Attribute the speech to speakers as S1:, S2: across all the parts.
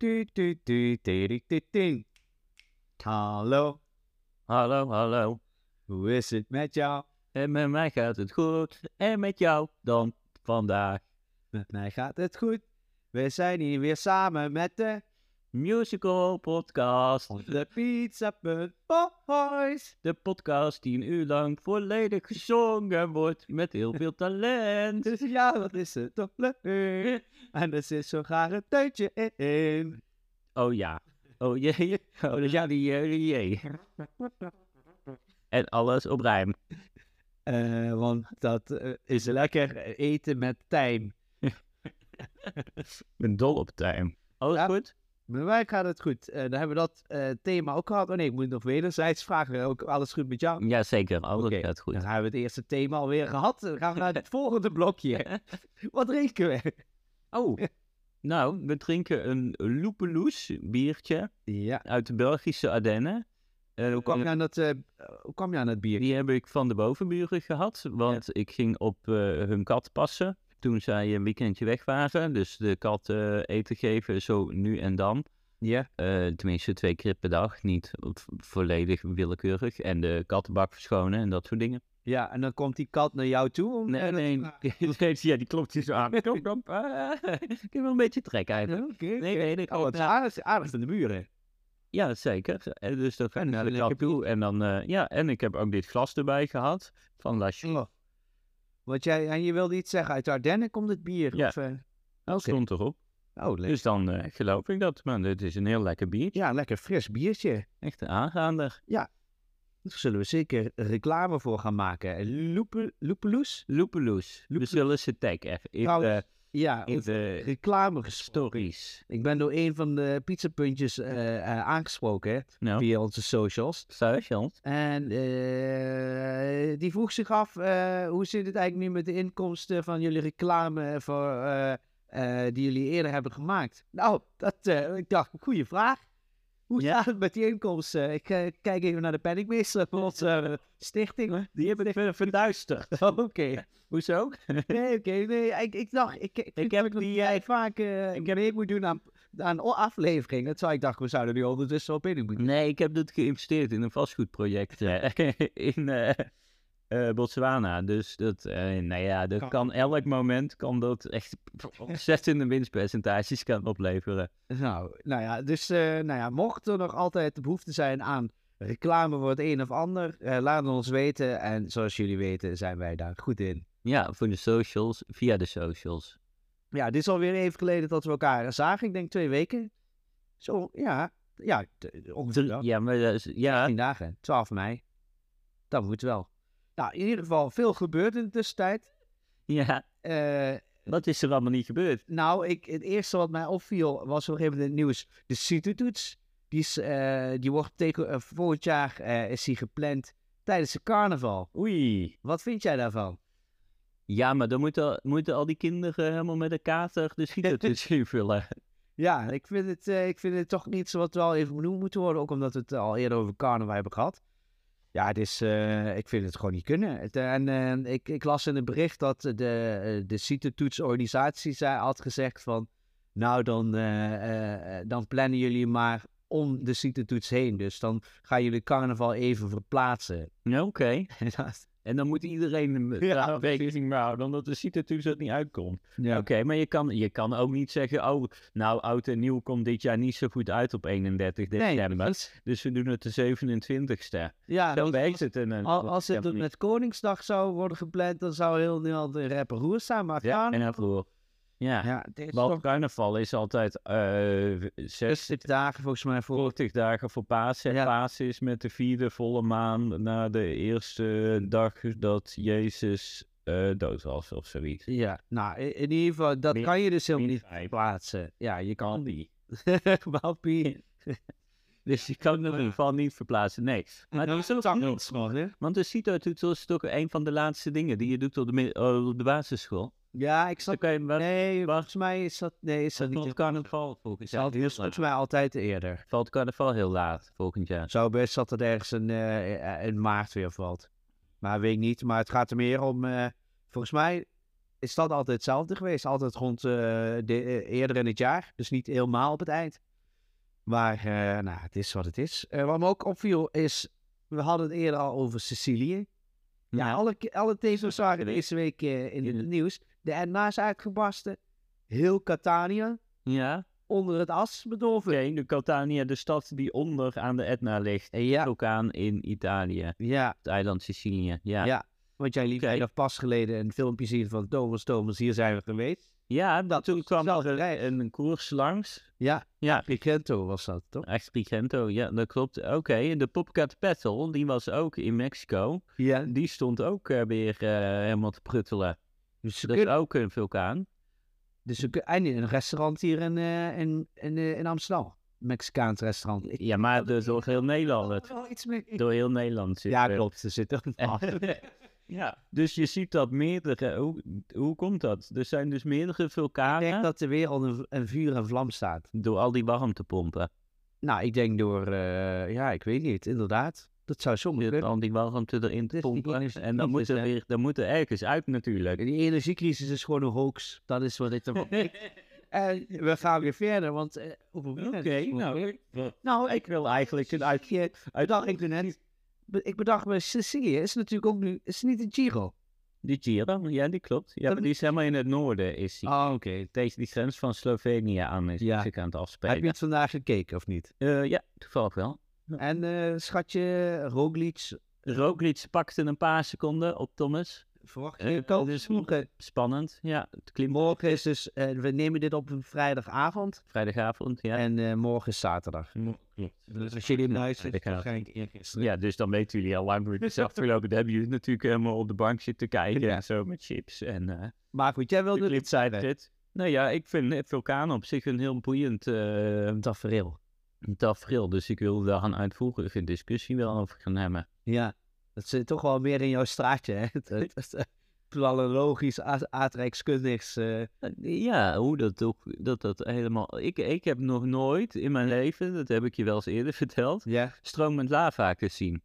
S1: Du, du, du, du, du, du. Hallo,
S2: Hallo, hallo.
S1: hoe is het met jou?
S2: En met mij gaat het goed. En met jou dan vandaag.
S1: Met mij gaat het goed. We zijn hier weer samen met de,
S2: Musical Podcast.
S1: de Pizza Punt Boys.
S2: De podcast die een uur lang volledig gezongen wordt met heel veel talent.
S1: Dus ja, wat is het toch leuk. En er zit zo graag een tuintje in.
S2: Oh ja. Oh jee. Oh ja, die jee. jee. En alles op rijm.
S1: Eh, want dat eh, is lekker eten met tijm.
S2: Ik ben dol op time. Alles
S1: Ja.
S2: goed?
S1: Met mij gaat het goed. Eh, dan hebben we dat eh, thema ook gehad. Oh nee, ik moet nog wederzijds vragen. Ook alles goed met jou?
S2: Jazeker, alles
S1: Oké.
S2: gaat goed.
S1: Dan hebben we het eerste thema alweer gehad. Dan gaan we naar het volgende blokje. Wat drinken we?
S2: Oh. Nou, we drinken een Loepeloes biertje
S1: Ja.
S2: uit de Belgische Ardennen. En
S1: Hoe kwam je aan dat, eh, hoe kwam je aan dat bier?
S2: Die heb ik van de bovenburen gehad, want ik ging op eh, hun kat passen toen zij een weekendje weg waren. Dus de kat eh, eten geven, zo nu en dan.
S1: Ja.
S2: Eh, tenminste, twee keer per dag, niet v- volledig willekeurig. En de kattenbak verschonen en dat soort dingen.
S1: Ja, en dan komt die kat naar jou toe. Om,
S2: Nee,
S1: en dan-
S2: nee,
S1: Ah,
S2: nee, ja, die klopt hier zo aan. Kom, kom. ah, ik heb wel een beetje trek eigenlijk.
S1: Oké.
S2: Nee, nee, nee.
S1: Oh, het is aardig, aardig aan de muren.
S2: Ja, zeker. En dus dan ga ik
S1: En
S2: naar
S1: dus
S2: de
S1: een lekker
S2: kat toe. En dan, eh, ja, en ik heb ook dit glas erbij gehad van La Chaux.
S1: Oh. Want jij en je wilde iets zeggen. Uit de Ardennen komt het bier.
S2: Ja.
S1: Of, eh,
S2: Stond erop.
S1: Oh, lekker.
S2: Dus dan eh, geloof ik dat. Maar dit is een heel lekker biertje.
S1: Ja, lekker fris biertje.
S2: Echt een aanraander.
S1: Daar zullen we zeker reclame voor gaan maken. Loepe, loepeloes?
S2: Loepeloes. We
S1: Loepeloes. Nou,
S2: zullen ze taggen even in
S1: Trouwens,
S2: de,
S1: Ja,
S2: in
S1: over
S2: de
S1: reclame gesproken.
S2: stories.
S1: Ik ben door een van de pizzapuntjes eh, eh, aangesproken hè,
S2: Nou,
S1: via onze socials.
S2: socials.
S1: En eh, die vroeg zich af, eh, hoe zit het eigenlijk nu met de inkomsten van jullie reclame voor, eh, eh, die jullie eerder hebben gemaakt? Nou, dat, eh, ik dacht, goede vraag. Hoe
S2: Ja.
S1: staat het met die inkomsten? Ik eh, kijk even naar de penningmeester van onze eh, stichting. Oh,
S2: Die hebben ik verduisterd.
S1: Oké,
S2: Hoezo?
S1: nee, oké, nee, ik, ik dacht, ik, ik,
S2: Ik heb
S1: dat
S2: die,
S1: jij vaak eh ik mee moet doen aan, aan o- afleveringen. Dat zou ik dacht, we zouden nu ondertussen op in moeten.
S2: Nee, ik heb dat geïnvesteerd in een vastgoedproject eh, in eh, eh, Botswana. Dus dat, eh, nou ja, dat
S1: Kan-
S2: kan elk moment kan dat echt ontzettende winstpercentages kan opleveren.
S1: Nou, nou ja, dus eh, nou ja, mocht er nog altijd de behoefte zijn aan reclame voor het een of ander, eh, laat het ons weten. En zoals jullie weten zijn wij daar goed in.
S2: Ja, voor de socials, via de socials.
S1: Ja, dit is alweer even geleden dat we elkaar zagen. Ik denk twee weken. Zo, ja. Ja, t- ongeveer
S2: Drie-
S1: wel.
S2: ja, maar dat is- ja,
S1: 10 dagen, 12 mei. Dat moet wel. Nou, in ieder geval veel gebeurd in de tussentijd.
S2: ja,
S1: Eh,
S2: wat is er allemaal niet gebeurd?
S1: Nou, ik, het eerste wat mij opviel was op een gegeven moment in het nieuws. De CITO-toets, die, is, eh, die wordt tegen, eh, volgend jaar eh, is die gepland tijdens de carnaval.
S2: Oei.
S1: Wat vind jij daarvan?
S2: Ja, maar dan moeten, moeten al die kinderen helemaal met een kater de schieters invullen.
S1: Ja, ik vind het, eh, ik vind het toch iets wat wel even benoemd moet worden. Ook omdat we het al eerder over carnaval hebben gehad. Ja, het is, eh, ik vind het gewoon niet kunnen. Het, eh, en eh, ik, ik las in het bericht dat de, eh, de CITO-toetsorganisatie zei- had gezegd van... Nou, dan, eh, eh, eh, dan plannen jullie maar om de CITO-toets heen. Dus dan gaan jullie carnaval even verplaatsen.
S2: Ja, Oké.
S1: Dat-
S2: En dan moet iedereen eh,
S1: Ja, Nou,
S2: ja, rekening mee houden, omdat de schieters dat niet uitkomt.
S1: ja.
S2: Oké, maar je kan, je kan ook niet zeggen, oh, nou, oud en nieuw komt dit jaar niet zo goed uit op 31
S1: Nee,
S2: december.
S1: dat-
S2: Dus we doen het de 27ste.
S1: ja,
S2: Zo
S1: dat-
S2: werkt het. eh, In een,
S1: al- als het met Koningsdag zou worden gepland, dan zou heel Nederland in rep en roer staan. Maar
S2: Ja, en
S1: carnaval-
S2: daarvoor. Ja,
S1: Ja, dit is
S2: want
S1: toch
S2: carnaval is altijd eh 60
S1: 60 dagen volgens mij voor.
S2: 40 dagen voor Pasen. En
S1: Ja.
S2: Pasen is met de vierde volle maan na de eerste dag dat Jezus eh, dood was of zoiets.
S1: Ja, nou, i- in ieder geval, dat
S2: Min-
S1: kan je dus helemaal
S2: min
S1: niet
S2: vijf.
S1: plaatsen. Ja, je kan niet.
S2: Andy.
S1: Wappie.
S2: Dus je kan het in ieder geval niet verplaatsen. Nee. Maar dat is ook niet.
S1: gewoon, hè?
S2: Want de CITO-toetel is toch een van de laatste dingen die je doet op de, mi- eh, op de basisschool.
S1: Ja, ik
S2: Dan
S1: snap.
S2: kan je wel
S1: Nee,
S2: wat-
S1: volgens mij is dat. Nee, is dat niet.
S2: valt carnaval volgend jaar.
S1: Dat
S2: heel
S1: is
S2: laat.
S1: volgens mij altijd eerder.
S2: Valt carnaval heel laat volgend jaar.
S1: Zou best dat het ergens in, eh, eh, in maart weer valt. Maar weet ik niet. Maar het gaat er meer om. eh, volgens mij is dat altijd hetzelfde geweest. Altijd rond eh, de, eh, eerder in het jaar. Dus niet helemaal op het eind. Maar eh, nou, het is wat het is. Eh, wat me ook opviel is, we hadden het eerder al over Sicilië. Ja,
S2: Nou,
S1: alle, alle tevens waren deze week eh, in
S2: Ja.
S1: het nieuws. De NA is uitgebarsten. Heel Catania
S2: Ja.
S1: onder het as bedolven.
S2: Oké, de Catania, de stad die onder aan de Etna ligt.
S1: Ja,
S2: Vulkaan in Italië.
S1: ja,
S2: Het eiland Sicilië. Ja.
S1: Ja. want jij liet
S2: Oké.
S1: mij nog pas geleden een filmpje zien van Thomas Thomas, hier zijn we geweest.
S2: Ja,
S1: Dat
S2: toen
S1: is
S2: kwam
S1: dezelfde
S2: er
S1: reis.
S2: een, een koers langs.
S1: Ja,
S2: Ja,
S1: Picento was dat, toch?
S2: echt Picento, ja, dat klopt. Oké, en de Popcat Battle, die was ook in Mexico.
S1: Ja,
S2: Die stond ook eh, weer eh, helemaal te pruttelen.
S1: dus ze
S2: Dat is
S1: kunnen,
S2: ook een vulkaan.
S1: dus ze kun- en in een restaurant hier in, eh, in, in, eh, in Amsterdam. Mexicaans restaurant. Ik-
S2: Ja, maar door, door heel Nederland.
S1: had
S2: het-
S1: er Oh, wel iets mee.
S2: Door heel Nederland zit
S1: Ja,
S2: er-
S1: klopt, ze zitten
S2: ja, dus je ziet dat meerdere. Hoe, hoe komt dat? Er zijn dus meerdere
S1: Ik denk
S2: vulkanen
S1: dat er weer al een, een vuur en vlam staat.
S2: door al die warmtepompen.
S1: Nou, ik denk door, eh, ja, ik weet niet, inderdaad. Dat zou zomaar
S2: Door
S1: kunnen.
S2: al die warmte erin
S1: Dit
S2: te
S1: is Dus die
S2: pompen.
S1: energie-
S2: En dan moet er
S1: hè?
S2: weer, dan moet er ergens uit natuurlijk.
S1: Die energiecrisis is gewoon een hoax. Dat is wat ik ervan En we gaan weer verder, want... eh, hoeveel
S2: Oké,
S1: minuten?
S2: nou, ik-
S1: Nou,
S2: ik wil eigenlijk een uit...
S1: Sicilië,
S2: uit
S1: bedacht ik me net. Be- Ik bedacht me, Sicilië is natuurlijk ook nu... is niet een Giro.
S2: Die Giro, ja, die klopt. Ja,
S1: Dat
S2: maar die is helemaal in het noorden, is die.
S1: Ah, oké.
S2: Tegen die grens van Slovenië aan is
S1: Ja.
S2: zich aan het
S1: Heb
S2: afspelen.
S1: je het vandaag gekeken, of niet?
S2: Eh, ja, toevallig wel.
S1: En eh, schatje, Roglic...
S2: Roglic pakte een paar seconden op Thomas.
S1: Verwacht
S2: Eh,
S1: je kans?
S2: dus
S1: morgen,
S2: Spannend, ja. Het klimt
S1: morgen is dus... eh, we nemen dit op een vrijdagavond.
S2: vrijdagavond, ja.
S1: En eh, morgen is zaterdag. Dus als jullie hem luisteren,
S2: Ja,
S1: waarschijnlijk eergisteren.
S2: Ja, dus dan weten jullie al lang hoe het is afgelopen. Dan hebben jullie natuurlijk helemaal op de bank zitten kijken
S1: Ja. Oh,
S2: en zo met chips. En eh
S1: Maar goed, jij wilde
S2: de
S1: het
S2: clip zei
S1: verder.
S2: dit. Nou ja, ik vind eh, vulkanen op zich een heel boeiend eh
S1: tafereel.
S2: tafereel. Dus ik wilde daar een uitvoerige discussie wel over gaan hebben.
S1: Ja, dat zit toch wel meer in jouw straatje, hè? Het, het, het planologisch, aard- aardrijkskundigs. eh,
S2: Ja, hoe dat toch, dat dat helemaal... Ik, ik heb nog nooit in mijn leven, dat heb ik je wel eens eerder verteld,
S1: ja.
S2: stromend lava gezien.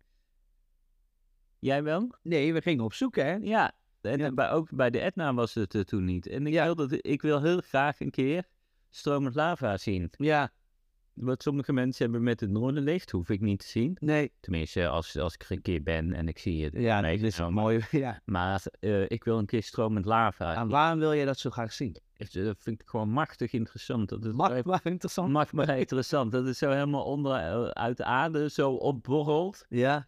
S2: Jij wel?
S1: Nee, we gingen op zoek, hè?
S2: Ja, en eh,
S1: Ja.
S2: bij, ook bij de Etna was het eh, toen niet. En ik,
S1: Ja.
S2: wil dat, ik wil heel graag een keer stromend lava zien.
S1: Ja,
S2: Wat sommige mensen hebben met het Noorderlicht, hoef ik niet te zien.
S1: nee.
S2: Tenminste, als, als ik er een keer ben en ik zie het.
S1: Ja, dat is
S2: meegenomen.
S1: mooi. Ja.
S2: Maar eh, ik wil een keer stromend lava.
S1: En waarom wil je dat zo graag zien?
S2: Dus, eh, Dat vind ik gewoon machtig interessant. Dat het
S1: Mag, maar interessant.
S2: Mag maar interessant. Dat het zo helemaal onder, eh, uit de aarde zo opborrelt.
S1: Ja,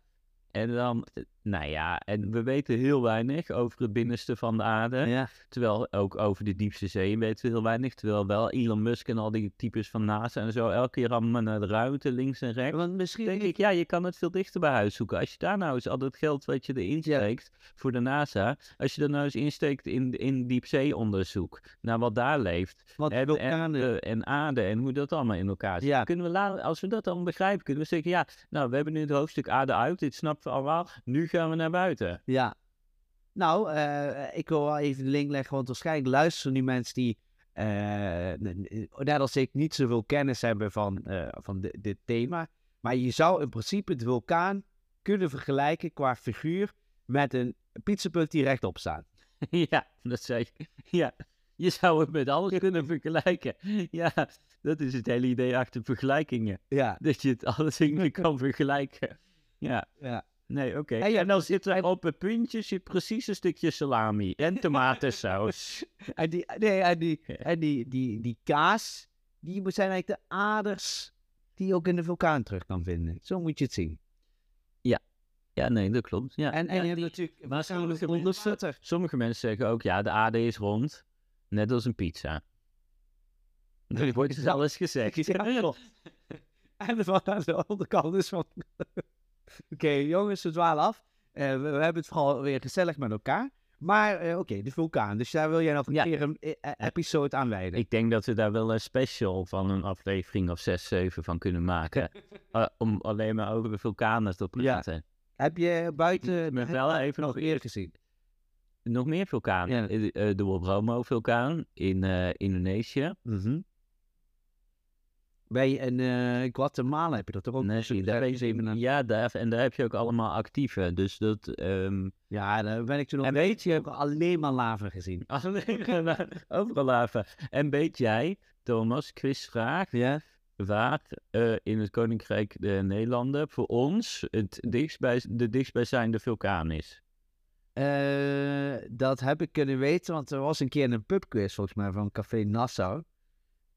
S2: En dan, eh, nou ja, en we weten heel weinig over het binnenste van de aarde.
S1: ja.
S2: Terwijl ook over de diepste zee weten we heel weinig. Terwijl wel Elon Musk en al die types van NASA en zo elke keer allemaal naar de ruimte, links en rechts.
S1: Want misschien...
S2: denk ik, ja, je kan het veel dichter bij huis zoeken. Als je daar nou eens al dat geld wat je erin
S1: Ja.
S2: steekt voor de NASA, als je dat nou eens insteekt in, in diepzeeonderzoek, naar wat daar leeft.
S1: want
S2: En, en,
S1: vulkanen-
S2: eh, en aarde en hoe dat allemaal in elkaar zit.
S1: Ja.
S2: Kunnen we later, als we dat dan begrijpen, kunnen we zeggen, ja, nou, we hebben nu het hoofdstuk aarde uit, dit snappen we allemaal, nu gaan we naar buiten.
S1: Ja. Nou, eh, ik wil wel even de link leggen, want waarschijnlijk luisteren nu mensen die, eh, n- n- net als ik, niet zoveel kennis hebben van, eh, van di- dit thema. Maar je zou in principe de vulkaan kunnen vergelijken qua figuur met een pizzapunt die rechtop staat.
S2: Ja, dat zei ik. Ja, je zou het met alles kunnen vergelijken. Ja, dat is het hele idee achter vergelijkingen.
S1: Ja.
S2: Dat je het alles in je kan vergelijken. Ja,
S1: Ja. dus
S2: nee, oké.
S1: En je-
S2: En dan zit er op een puntje zit precies een stukje salami en tomatensaus.
S1: En die, nee, en die, en die, die, die kaas, die moet- zijn eigenlijk de aders die je ook in de vulkaan terug kan vinden. Zo moet je het zien.
S2: Ja, nee, dat klopt. Ja.
S1: En, en je hebt natuurlijk...
S2: maar sommige,
S1: onder
S2: mensen,
S1: water.
S2: sommige mensen zeggen ook, ja, de aarde is rond. Net als een pizza. Dan wordt dus alles gezegd.
S1: Ja, klopt. En van aan de onderkant is van... Oké, jongens, we dwalen af. Eh, we, we hebben het vooral weer gezellig met elkaar. Maar eh, oké, de vulkaan. Dus daar wil jij nog een
S2: Ja.
S1: keer een eh, eh, episode aan wijden.
S2: Ik denk dat we daar wel een special van een aflevering of 6, 7 van kunnen maken. Eh, om alleen maar over de vulkanen te praten.
S1: Heb je buiten...
S2: Ik ben wel even nog
S1: eerder
S2: eerder
S1: gezien.
S2: Nog meer vulkanen.
S1: Ja.
S2: Eh, eh, de Wobromo-vulkaan in eh, Indonesië.
S1: Bij een eh, Guatemala heb je dat toch ook?
S2: Nee, daar
S1: Daar-
S2: weet ik niet. ja, daar, en daar heb je ook allemaal actieve. Dus dat... ehm
S1: Ja, daar ben ik toen nog...
S2: En weet je-
S1: Ik heb alleen maar lava gezien.
S2: overal lava. En weet jij, Thomas, quizvraag,
S1: Ja?
S2: waar eh, in het Koninkrijk de Nederlanden voor ons het dichtstbij, de dichtstbijzijnde vulkaan is.
S1: Eh, dat heb ik kunnen weten, want er was een keer een pubquiz volgens mij van Café Nassau.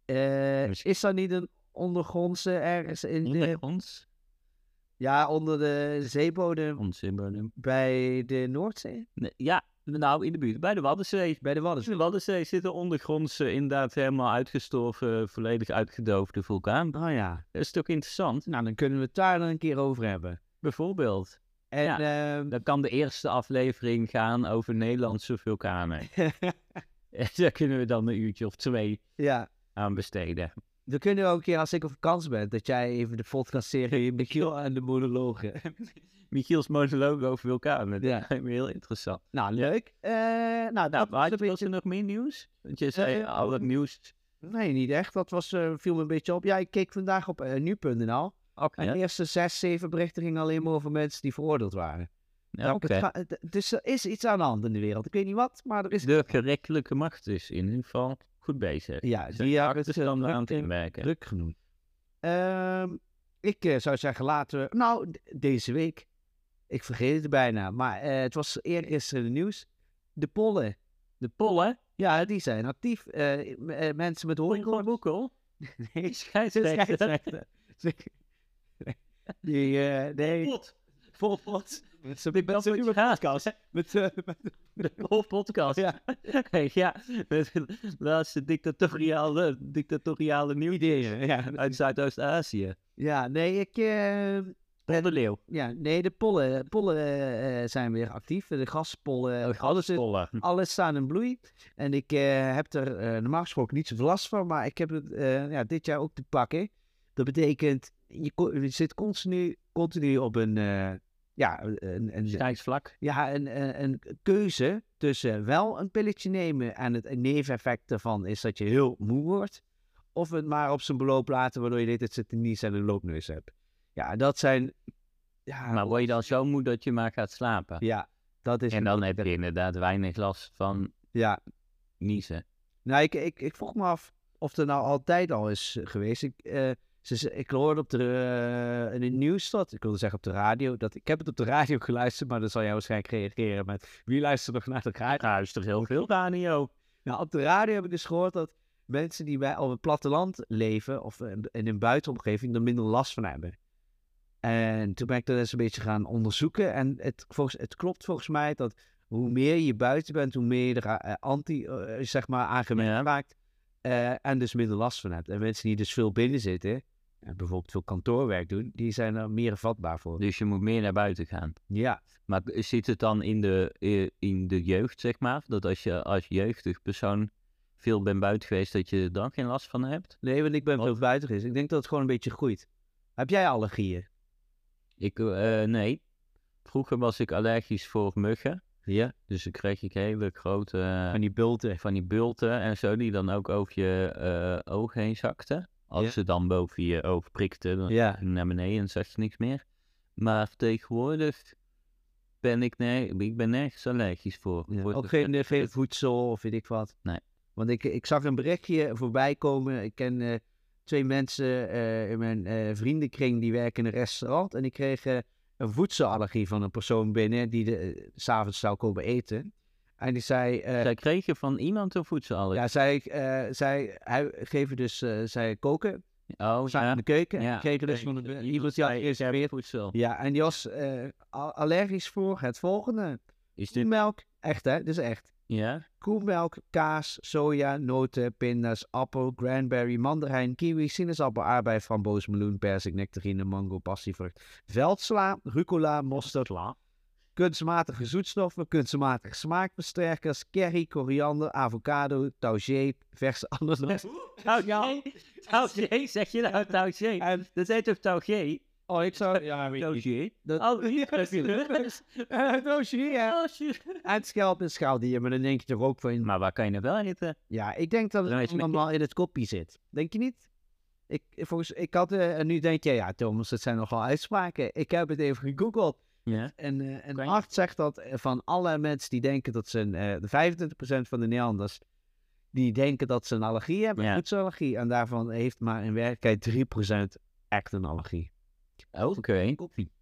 S1: Eh,
S2: Misschien-
S1: is dat niet een ondergrondse ergens in de,
S2: Ons?
S1: ja, onder de zeebodem
S2: Ons in Bodem.
S1: bij de Noordzee?
S2: Nee, Ja, nou in de buurt, bij de Waddenzee.
S1: Bij de
S2: In
S1: Waddenzee.
S2: de Waddenzee zit een ondergronds eh, inderdaad helemaal uitgestorven, volledig uitgedoofde vulkaan.
S1: Oh ja.
S2: Dat Nou is toch interessant?
S1: Nou, dan kunnen we het daar dan een keer over hebben.
S2: Bijvoorbeeld,
S1: En
S2: Ja.
S1: ehm,
S2: dan kan de eerste aflevering gaan over Nederlandse vulkanen. En daar kunnen we dan een uurtje of twee
S1: ja,
S2: aan besteden.
S1: we kunnen ook een keer, als ik op vakantie ben, dat jij even de podcastserie Michiel en de monologen.
S2: Michiels monoloog over vulkanen.
S1: Ja.
S2: Dat lijkt me heel interessant.
S1: Nou, leuk. Eh, nou,
S2: Nou,
S1: dat was
S2: maar
S1: een
S2: had je- was
S1: beetje...
S2: er nog meer nieuws? Want je zei
S1: eh,
S2: al dat nieuws.
S1: Nee, niet echt. Dat was, eh, viel me een beetje op. Ja, ik keek vandaag op eh, nu.nl.
S2: Oké.
S1: En de eerste zes, zeven berichten gingen alleen maar over mensen die veroordeeld waren.
S2: Ja,
S1: Het
S2: nou, oké.
S1: ga- het- dus er is iets aan de hand in de wereld. Ik weet niet wat, maar er is...
S2: De gerechtelijke macht is in ieder geval goed bezig.
S1: Ja,
S2: Zijn
S1: die hebben
S2: actes
S1: het
S2: dan
S1: druk
S2: aan het
S1: in-
S2: inwerken.
S1: druk genoemd. Ehm, ik eh, zou zeggen, laten we... Nou, d- deze week. Ik vergeet het bijna. Maar eh, het was eergisteren in het nieuws. De pollen.
S2: De pollen.
S1: Ja, die zijn actief. Eh, m- eh, mensen met horen.
S2: Boekel.
S1: Nee,
S2: Scheidsrechter.
S1: eh, Die, eh, nee.
S2: Pot. Vol pot.
S1: Met z'n-
S2: Ik ben
S1: met z'n-
S2: zo podcast.
S1: met z'n- met-
S2: De vol podcast.
S1: Ja.
S2: Hey, ja. Met de laatste dictatoriale, dictatoriale nieuwtjes
S1: ja.
S2: uit Zuidoost-Azië.
S1: Ja, nee, ik... eh,
S2: Van de leeuw.
S1: ja, nee, de pollen, pollen eh, eh, zijn weer actief. De graspollen, alles, is-
S2: Pollen.
S1: alles staan in bloei. En ik eh, heb er eh, normaal gesproken niet zoveel last van, maar ik heb het eh, ja, dit jaar ook te pakken. Dat betekent, je, ko- je zit continu, continu op een, eh, ja, een, een,
S2: Scheidsvlak.
S1: ja, een, een, een keuze tussen wel een pilletje nemen en het neveneffect daarvan is dat je heel moe wordt. Of het maar op zijn beloop laten, waardoor je dit het zitten niets en een loopneus hebt. Ja, dat zijn. Ja,
S2: Maar word je dan zo moe dat je maar gaat slapen?
S1: ja dat is.
S2: En dan heb je inderdaad weinig last van
S1: Ja.
S2: niezen.
S1: Nou, ik, ik, ik vroeg me af of er nou altijd al is eh, geweest. Ik, eh, ze, ze- ik hoorde op de, eh, in het nieuws dat, ik wilde zeggen op de radio, dat ik heb het op de radio geluisterd, maar dan zal jij waarschijnlijk reageren met wie luistert nog naar de radio?
S2: Luister heel veel radio.
S1: Nou, op de radio heb ik dus gehoord dat mensen die bij, op het platteland leven of eh, in een buitenomgeving er minder last van hebben. En toen ben ik dat eens een beetje gaan onderzoeken. En het, volgens, het klopt volgens mij dat hoe meer je buiten bent, hoe meer je er eh, anti, eh, zeg maar, aangemerkt
S2: Ja.
S1: raakt. eh, en dus minder last van hebt. En mensen die dus veel binnen zitten, en bijvoorbeeld veel kantoorwerk doen, die zijn er meer vatbaar voor.
S2: Dus je moet meer naar buiten gaan.
S1: Ja,
S2: Maar zit het dan in de, eh, in de jeugd, zeg maar? Dat als je als jeugdig persoon veel bent buiten geweest, dat je er dan geen last van hebt?
S1: nee, want ik ben
S2: Wat?
S1: veel buiten geweest. Ik denk dat het gewoon een beetje groeit. Heb jij allergieën?
S2: Ik, eh, nee. Vroeger was ik allergisch voor muggen.
S1: Ja.
S2: Dus dan kreeg ik hele grote eh,
S1: Van die bulten.
S2: van die bulten en zo, die dan ook over je eh, oog heen zakten. Als
S1: Ja.
S2: ze dan boven je oog prikten, dan
S1: Ja.
S2: naar beneden en zag je niks meer. Maar tegenwoordig ben ik, nee, ik ben nergens allergisch voor.
S1: Ja,
S2: Wordt
S1: ook
S2: er-
S1: geen, geen voedsel of weet ik wat.
S2: Nee.
S1: Want ik, ik zag een berichtje voorbij komen. Ik ken eh, twee mensen eh, in mijn eh, vriendenkring die werken in een restaurant. En die kregen een voedselallergie van een persoon binnen die de eh, s s'avonds zou komen eten. En die zei... eh,
S2: Zij kregen van iemand een voedselallergie.
S1: ja, zij, eh, zij hij, geven dus, eh, zij koken,
S2: oh,
S1: zaten
S2: ja.
S1: in de keuken.
S2: Ja,
S1: en kregen dus
S2: oké.
S1: van een- iemand die had
S2: Zij- zij
S1: gereserveerd.
S2: hebben voedsel.
S1: Ja, en die was eh, a- allergisch voor het volgende.
S2: Is dit,
S1: Melk, echt hè, dit is echt.
S2: ja?
S1: koemelk, kaas, soja, noten, pindas, appel, cranberry, mandarijn, kiwi, sinaasappel, aardbei, framboos, meloen, perzik, nectarine, mango, passievrucht, veldsla, rucola, mosterd, kunstmatige zoetstoffen, kunstmatige smaakversterkers, curry, koriander, avocado, taugé, verse ananas.
S2: Taugé? Taugé? Zeg je nou Taugé?
S1: En,
S2: Dat heet toch Taugé?
S1: oh, ik zou... Ja,
S2: Taugé?
S1: Dat-
S2: Oh, hier is
S1: Taugé. En schelp en schaaldier, maar dan denk je er ook van...
S2: Maar waar kan je nou wel eten?
S1: Ja, ik denk dat
S2: Dan
S1: het
S2: weet je met-
S1: allemaal in het kopje zit. Denk je niet? Ik, volgens, ik had, eh, en nu denk je, ja Thomas, dat zijn nogal uitspraken. Ik heb het even gegoogeld.
S2: Ja.
S1: En eh, een
S2: Kan je-
S1: arts zegt dat eh, van alle mensen die denken dat ze, een, eh, de 25% van de Nederlanders die denken dat ze een allergie hebben,
S2: Ja.
S1: een voedselallergie. En daarvan heeft maar in werkelijkheid 3% echt een allergie.
S2: Oké.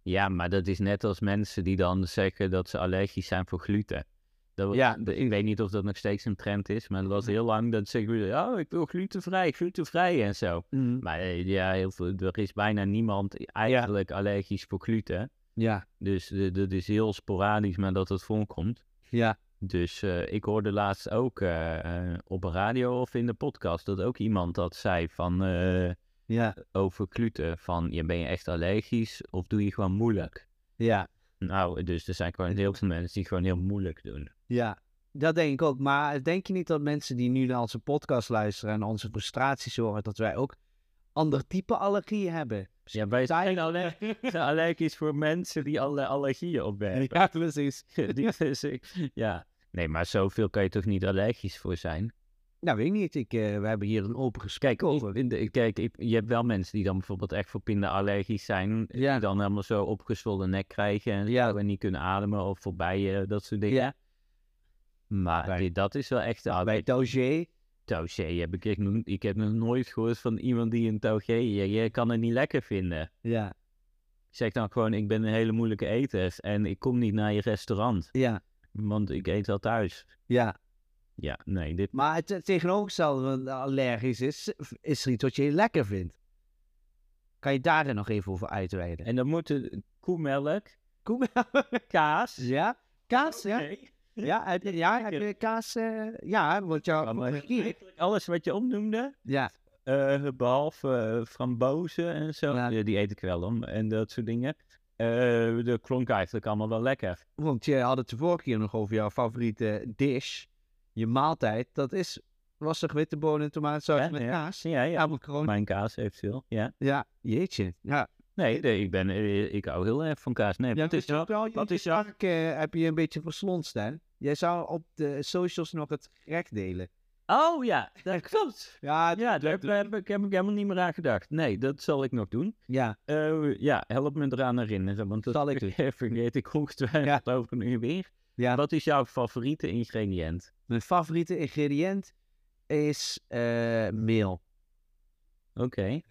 S2: Ja, maar dat is net als mensen die dan zeggen dat ze allergisch zijn voor gluten. Dat was-
S1: Ja,
S2: de- ik weet niet of dat nog steeds een trend is, maar dat was heel lang dat zeggen we, ja, ik wil glutenvrij, glutenvrij en zo.
S1: Mm.
S2: Maar eh, ja, heel veel, er is bijna niemand eigenlijk allergisch voor gluten.
S1: Ja,
S2: Dus eh, dat is heel sporadisch, maar dat het voorkomt.
S1: ja.
S2: Dus eh, ik hoorde laatst ook eh, eh, op de radio of in de podcast dat ook iemand dat zei van eh,
S1: Ja,
S2: over gluten. Van ja, ben je echt allergisch of doe je gewoon moeilijk?
S1: ja,
S2: Nou, dus er zijn gewoon heel veel mensen die gewoon heel moeilijk doen.
S1: ja. Dat denk ik ook. Maar denk je niet dat mensen die nu naar onze podcast luisteren en onze frustraties horen, dat wij ook ander type allergieën hebben?
S2: Ja, wij
S1: Taai-
S2: zijn allergisch, allergisch voor mensen die alle allergieën opwerpen.
S1: Ja, precies.
S2: Die is ik- ja. Nee, maar zoveel kan je toch niet allergisch voor zijn?
S1: Nou, weet ik niet. Ik, eh, we hebben hier een open gesprek over.
S2: In de- kijk, ik- je hebt wel mensen die dan bijvoorbeeld echt voor pinden allergisch zijn.
S1: Ja.
S2: Die dan helemaal zo opgezwollen nek krijgen en,
S1: Ja.
S2: zo en niet kunnen ademen of voorbij, eh, dat soort dingen.
S1: Ja.
S2: Maar
S1: Bij-
S2: dit- dat is wel echt... de
S1: Bij Taugé.
S2: Taugé heb ik, echt nog- ik heb nog nooit gehoord van iemand die een taugé... Je, je kan het niet lekker vinden.
S1: Ja,
S2: Zeg dan gewoon, ik ben een hele moeilijke eter en ik kom niet naar je restaurant.
S1: ja,
S2: Want ik eet wel thuis.
S1: ja.
S2: Ja, nee, dit...
S1: Maar het het tegenovergestelde van allergisch is, is er iets wat je lekker vindt. Kan je daar dan nog even over uitweiden?
S2: En dan moeten koemelk,
S1: Koem-
S2: kaas...
S1: ja? Kaas, ja?
S2: Nee.
S1: Ja, heb je- ja, heb je kaas? eh, ja, want jouw allergie...
S2: Eigenlijk alles wat je opnoemde,
S1: Ja,
S2: eh, behalve eh, frambozen en zo,
S1: Ja.
S2: ja, die eet ik wel om en dat soort dingen. Eh dat klonk eigenlijk allemaal wel lekker.
S1: want je had het de vorige keer nog over jouw favoriete dish. Je maaltijd, dat is wassig witte bonen en tomatensaus
S2: Ja,
S1: met
S2: ja.
S1: kaas.
S2: Ja, ja.
S1: Amelkroon.
S2: Mijn kaas eventueel, ja.
S1: Ja, jeetje. Ja,
S2: Nee, nee, ik, ben, eh, ik hou heel erg van kaas. Nee, dat is wel...
S1: Wat
S2: dat
S1: is
S2: is
S1: jouw...
S2: wel-
S1: eh, heb je een beetje verslonst, hè? Jij zou op de socials nog het gerecht delen.
S2: Oh ja, dat klopt.
S1: Ja,
S2: Ja, daar heb, heb ik, heb ik helemaal niet meer aan gedacht. Nee, dat zal ik nog doen.
S1: ja.
S2: Eh, ja, help me eraan herinneren, want dat
S1: Zal ik doen.
S2: vergeet ik ongetwijfeld over een uur weer.
S1: Ja.
S2: Wat is jouw favoriete ingrediënt?
S1: Mijn favoriete ingrediënt is eh, meel.
S2: Oké.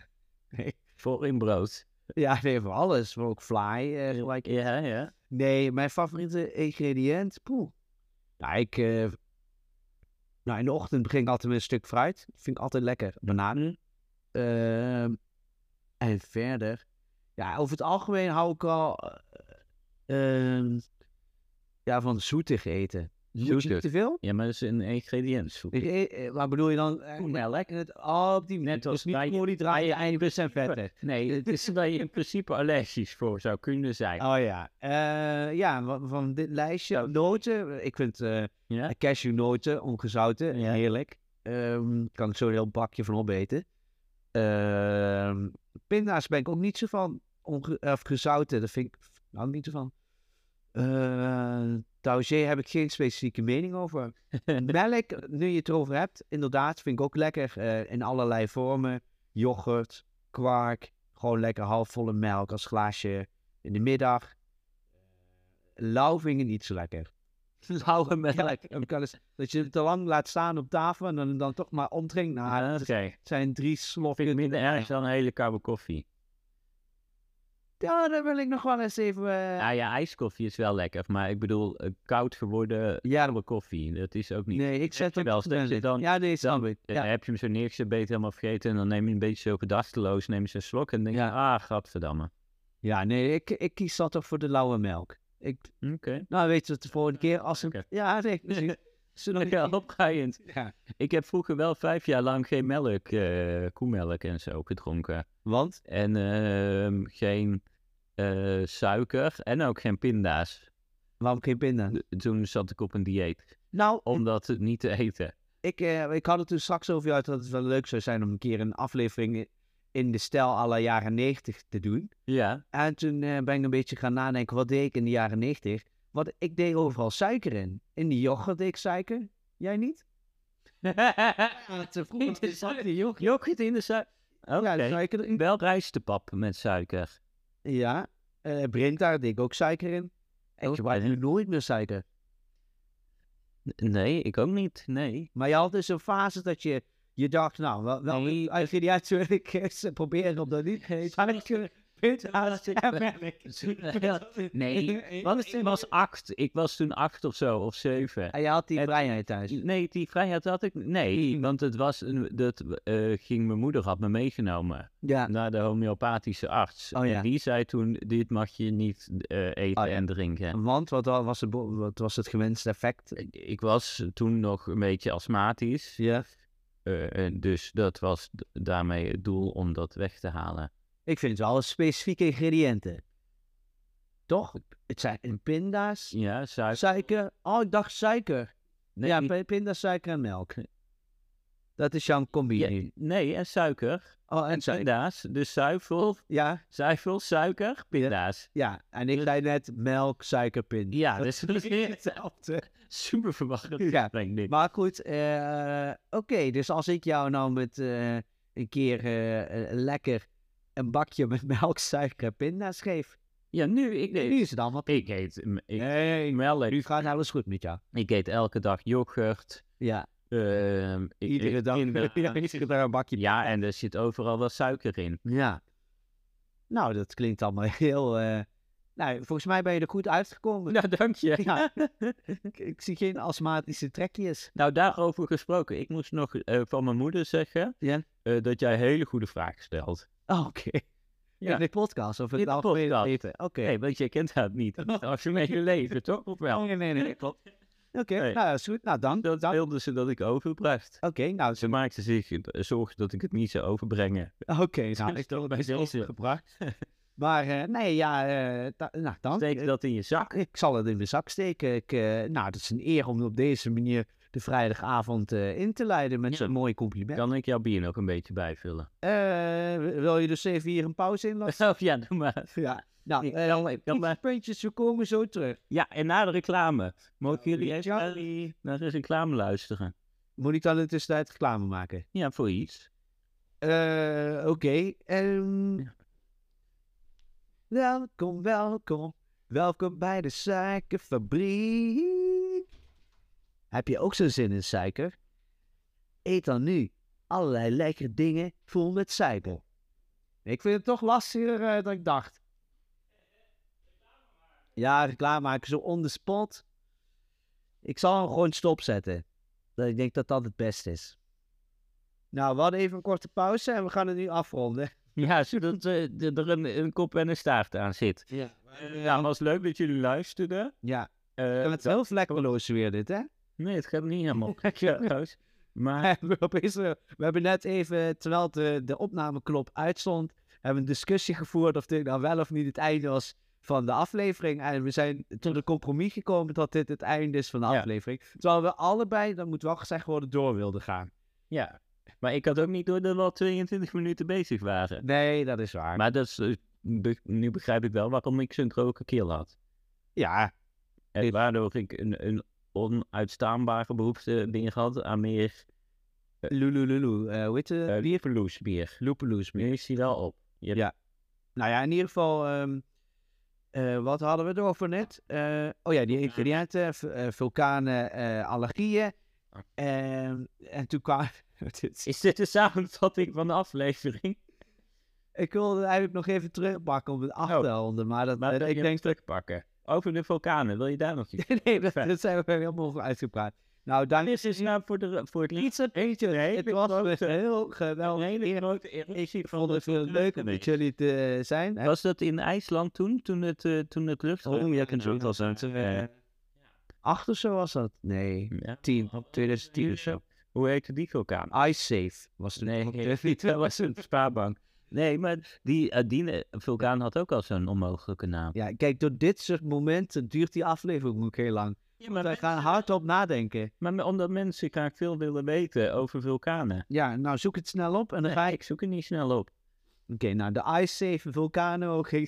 S2: Voor in brood.
S1: Ja, nee, voor alles. Maar ook fly. eh, gelijk.
S2: Ja, ja.
S1: Nee, mijn favoriete ingrediënt? Poeh. Nou, ik... eh, nou, in de ochtend begin ik altijd met een stuk fruit. vind ik altijd lekker. Bananen. Ehm, en verder... Ja, over het algemeen hou ik al... eh, ehm, ja, van zoetig eten. Moet je
S2: Zoetig.
S1: niet te veel?
S2: Ja, maar dat is een ingrediënt. Zo-
S1: Ik eet- eh, Wat bedoel je dan? eh,
S2: Koemelk.
S1: het, oh, op die
S2: nou, Net als
S1: niet
S2: bij-
S1: koolhydraten,
S2: in
S1: 1% vetten.
S2: principe- Nee, het is waar je in principe allergisch voor zou kunnen zijn.
S1: Oh ja. Eh, ja, wa- van dit lijstje.
S2: Ja.
S1: Noten. Ik vind eh
S2: Ja?
S1: cashewnoten, ongezouten,
S2: Ja.
S1: heerlijk. Ehm, kan ik zo een heel bakje van opeten. Ehm, pinda's ben ik ook niet zo van. Onge- of gezouten, dat vind ik nou niet zo van. Eh Taugé heb ik geen specifieke mening over. Melk, nu je het erover hebt, inderdaad, vind ik ook lekker. eh, in allerlei vormen. Yoghurt, kwark, gewoon lekker halfvolle melk als glaasje in de middag. Lauw vind ik niet zo lekker.
S2: Lauwe melk.
S1: Ja, heb ik wel eens- dat je het te lang laat staan op tafel en dan, dan toch maar omdrinkt. Nou,
S2: Ah, Oké.
S1: het zijn drie slokken.
S2: Vind ik minder erg dan een hele koude koffie.
S1: Ja, daar wil ik nog wel eens even... eh,
S2: Ah, Ja, ja, ijskoffie is wel lekker, maar ik bedoel, eh, koud geworden
S1: ja,
S2: koude koffie, dat is ook niet.
S1: nee, ik
S2: Heb
S1: zet
S2: je
S1: ook-
S2: wel eens dat je dan-
S1: Ja, nee, snap ik.
S2: Eh,
S1: Ja,
S2: Heb je hem zo neergezet, ben je het helemaal vergeten en dan neem je een beetje zo gedachteloos, neem je zo'n slok en denk je, ah, gadverdamme.
S1: ja nee, ik, ik kies dat toch voor de lauwe melk. Ik,
S2: Oké.
S1: nou, weet je wat, de volgende keer als ze...
S2: Oké.
S1: Ja, nee, precies. Zullen we-
S2: Ja, opgaaiend.
S1: Ja.
S2: Ik heb vroeger wel vijf jaar lang geen melk, eh, koemelk en zo gedronken.
S1: Want?
S2: En ehm, geen eh, suiker en ook geen pinda's.
S1: Waarom geen pinda?
S2: D- Toen zat ik op een dieet,
S1: Nou,
S2: om dat niet te eten.
S1: ik, eh, ik had het toen straks over uit dat het wel leuk zou zijn om een keer een aflevering in de stijl aller jaren 90 te doen.
S2: Ja,
S1: En toen eh, ben ik een beetje gaan nadenken, wat deed ik in de jaren 90? Wat, ik deed overal suiker in. In de yoghurt deed ik suiker. Jij niet? Ja, te
S2: vroeger was het
S1: de yoghurt.
S2: yoghurt in de suiker. Oké,
S1: Ja, de suiker erin.
S2: wel rijstepap met suiker.
S1: Ja, eh Brinta deed ik ook suiker in. Ik
S2: Oké.
S1: gebruik nu nooit meer suiker.
S2: Nee, ik ook niet. Nee.
S1: Maar je had dus een fase dat je, je dacht, nou, wel, wel
S2: Nee.
S1: als je die uitzending is, proberen om dat niet te maken. Punt aan
S2: Nee, wat is, ik was acht. Ik was toen acht of zo, of zeven.
S1: En je had die
S2: Het-
S1: vrijheid thuis.
S2: Nee, die vrijheid had ik. Nee, want het was. een- Dat eh, ging mijn moeder had me meegenomen
S1: Ja.
S2: naar de homeopathische arts.
S1: Oh, ja.
S2: En die zei toen: Dit mag je niet eh, eten
S1: Oh, ja.
S2: en drinken.
S1: Want wat wa- was, het, bo- wat was het gewenste effect?
S2: Ik- Ik was toen nog een beetje astmatisch.
S1: Ja.
S2: eh, en dus dat was d- daarmee het doel om dat weg te halen.
S1: Ik vind het wel specifieke ingrediënten. Toch? Het zijn pinda's,
S2: Ja, suiker.
S1: suiker. Oh, ik dacht suiker.
S2: Nee,
S1: ja, pi- pinda's, suiker en melk. Dat is jouw combi
S2: ja,
S1: nu.
S2: nee, en suiker.
S1: Oh, en
S2: En
S1: suiker.
S2: pinda's. Dus zuivel,
S1: Ja,
S2: zuivel, suiker, pinda's.
S1: ja. En ik zei net melk, suiker, pinda.
S2: Ja, dus dat is
S1: hetzelfde.
S2: super verwarrend.
S1: Ja,
S2: denk ik.
S1: Maar goed, eh, oké. dus als ik jou nou met eh, een keer eh, eh, lekker een bakje met melk, suiker en pinda's geef.
S2: Ja, nu, ik
S1: Nee. Nu is het allemaal...
S2: Ik eet, m- ik,
S1: Nee,
S2: melk.
S1: nu gaat alles goed met jou.
S2: ik eet elke dag yoghurt.
S1: Ja,
S2: ehm, ik
S1: iedere
S2: eet
S1: dag,
S2: kinderhaas.
S1: iedere dag een bakje.
S2: Ja, en er zit overal wel suiker in.
S1: Ja. Nou, dat klinkt allemaal heel... eh, Nou, volgens mij ben je er goed uitgekomen.
S2: Nou, dank je.
S1: Ja. ik, ik zie geen astmatische trekjes.
S2: Nou, daarover gesproken. Ik moest nog eh, van mijn moeder zeggen
S1: Ja.
S2: eh, dat jij hele goede vragen stelt.
S1: Oh, oké.
S2: Ja.
S1: In de podcast of in
S2: In
S1: het
S2: de
S1: algemeen
S2: podcast.
S1: leven. Oké.
S2: Nee, want je kent dat niet. Het algemene leven, toch? Of wel?
S1: Nee, nee, nee,
S2: klopt.
S1: Oké,
S2: Nee.
S1: nou, is goed. Nou, dank.
S2: Dat
S1: dank. Oké,
S2: wilden ze dat ik overbracht.
S1: nou,
S2: Ze maakten zich eh, zorgen dat ik het niet zou overbrengen.
S1: oké. nou,
S2: Dus
S1: ik
S2: dat bij
S1: is
S2: deze.
S1: overgebracht. maar eh, nee, ja, eh, da- nou, dank.
S2: Steek dat in je zak.
S1: Ik zal het in mijn zak steken. Ik, eh, nou, het is een eer om op deze manier de vrijdagavond eh, in te leiden met
S2: Ja.
S1: zo'n mooi compliment.
S2: Kan ik jouw bier nog een beetje bijvullen?
S1: Eh, wil je dus even hier een pauze in laten?
S2: Oh ja, doe maar.
S1: ja. Nou, eh,
S2: kan maar-
S1: iets puntjes, we komen zo terug.
S2: Ja, en na de reclame. Mogen jullie
S1: Ja,
S2: even eh, naar de reclame luisteren?
S1: Moet ik dan in de tussentijd reclame maken?
S2: Ja, voor iets.
S1: Eh, Oké. ehm.
S2: Ja.
S1: Welkom, welkom. Welkom bij de suikerfabriek. Heb je ook zo'n zin in suiker? Eet dan nu allerlei lekkere dingen vol met suiker. Ik vind het toch lastiger eh, dan ik dacht. Ja, reclame maken zo on the spot. Ik zal hem gewoon stopzetten. Dat Ik denk dat dat het beste is. Nou, we hadden even een korte pauze en we gaan het nu afronden.
S2: Ja, zodat eh, d- er een, een kop en een staart aan zit.
S1: Ja.
S2: Eh, nou, was leuk dat jullie luisterden.
S1: Ja,
S2: Eh,
S1: en het is heel vlekkeloos weer dit, hè?
S2: Nee, het gaat niet helemaal vlekkeloos. Maar
S1: We opeens, eh, we hebben net even, eh, terwijl de, de opnameknop uitstond, hebben we een discussie gevoerd of dit nou wel of niet het einde was van de aflevering. En we zijn tot een compromis gekomen dat dit het einde is van de
S2: Ja.
S1: aflevering. Terwijl we allebei, dat moet wel gezegd worden, door wilden gaan.
S2: ja, maar ik had ook niet door dat we al 22 minuten bezig waren.
S1: Nee, dat is waar.
S2: Maar dat is, eh, be- nu begrijp ik wel waarom ik zo'n droge keel had.
S1: ja,
S2: En waardoor ik een, een onuitstaanbare behoefte binnen had aan meer
S1: lulululu. eh hoe heet het?
S2: uh, bierverloesbier.
S1: Loepeloes meer.
S2: Nu is hij wel op. Je hebt-
S1: Ja. Nou ja, in ieder geval, ehm, eh, wat hadden we erover net? Eh, oh ja, die ingrediënten, v- eh, vulkanen, eh, allergieën.
S2: Ah.
S1: Ehm, en toen kwam... dit is-
S2: Is dit de samenvatting van de aflevering?
S1: ik wilde eigenlijk nog even terugpakken op het achterhonden, maar dat,
S2: Maar
S1: eh,
S2: wil je
S1: ik
S2: hem
S1: denk...
S2: terugpakken. Over de vulkanen, wil je daar nog iets?
S1: nee, dat,
S2: Fijn.
S1: dat zijn we weer helemaal uitgepraat. Nou, dank
S2: Dit is nou voor, de, voor het liedje
S1: je. Het was een heel
S2: een
S1: geweldig.
S2: hele
S1: eer.
S2: grote eruptie
S1: Ik vond het heel
S2: vulkanen
S1: leuk om met
S2: geweest.
S1: jullie te zijn.
S2: Was dat in IJsland toen? Toen het, eh toen het lucht...
S1: Oh, ja, kan zo.
S2: was het. eh,
S1: Acht of zo was dat? Nee,
S2: ja.
S1: tien. 2010 of zo.
S2: Hoe heette die vulkaan?
S1: Ice Safe was toen
S2: Nee,
S1: ook
S2: nee,
S1: de-
S2: niet. Dat was een spaarbank. Nee, maar die, eh, die eh, vulkaan had ook al zo'n onmogelijke naam.
S1: Ja, kijk, door dit soort momenten duurt die aflevering ook heel lang.
S2: Ja,
S1: Want wij gaan hardop nadenken.
S2: Maar me- omdat mensen graag veel willen weten over vulkanen.
S1: Ja, nou zoek het snel op en dan ga
S2: Nee,
S1: ik...
S2: ik zoek het niet snel op.
S1: Oké, nou de Ice Safe Vulcano. oké.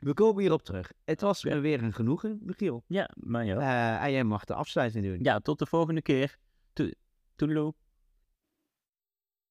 S1: We komen hierop terug. Het was me weer een genoegen, Michiel.
S2: Ja, maar ja.
S1: Eh, en jij mag de afsluiting doen.
S2: Ja, tot de volgende keer. To- Toedeloe.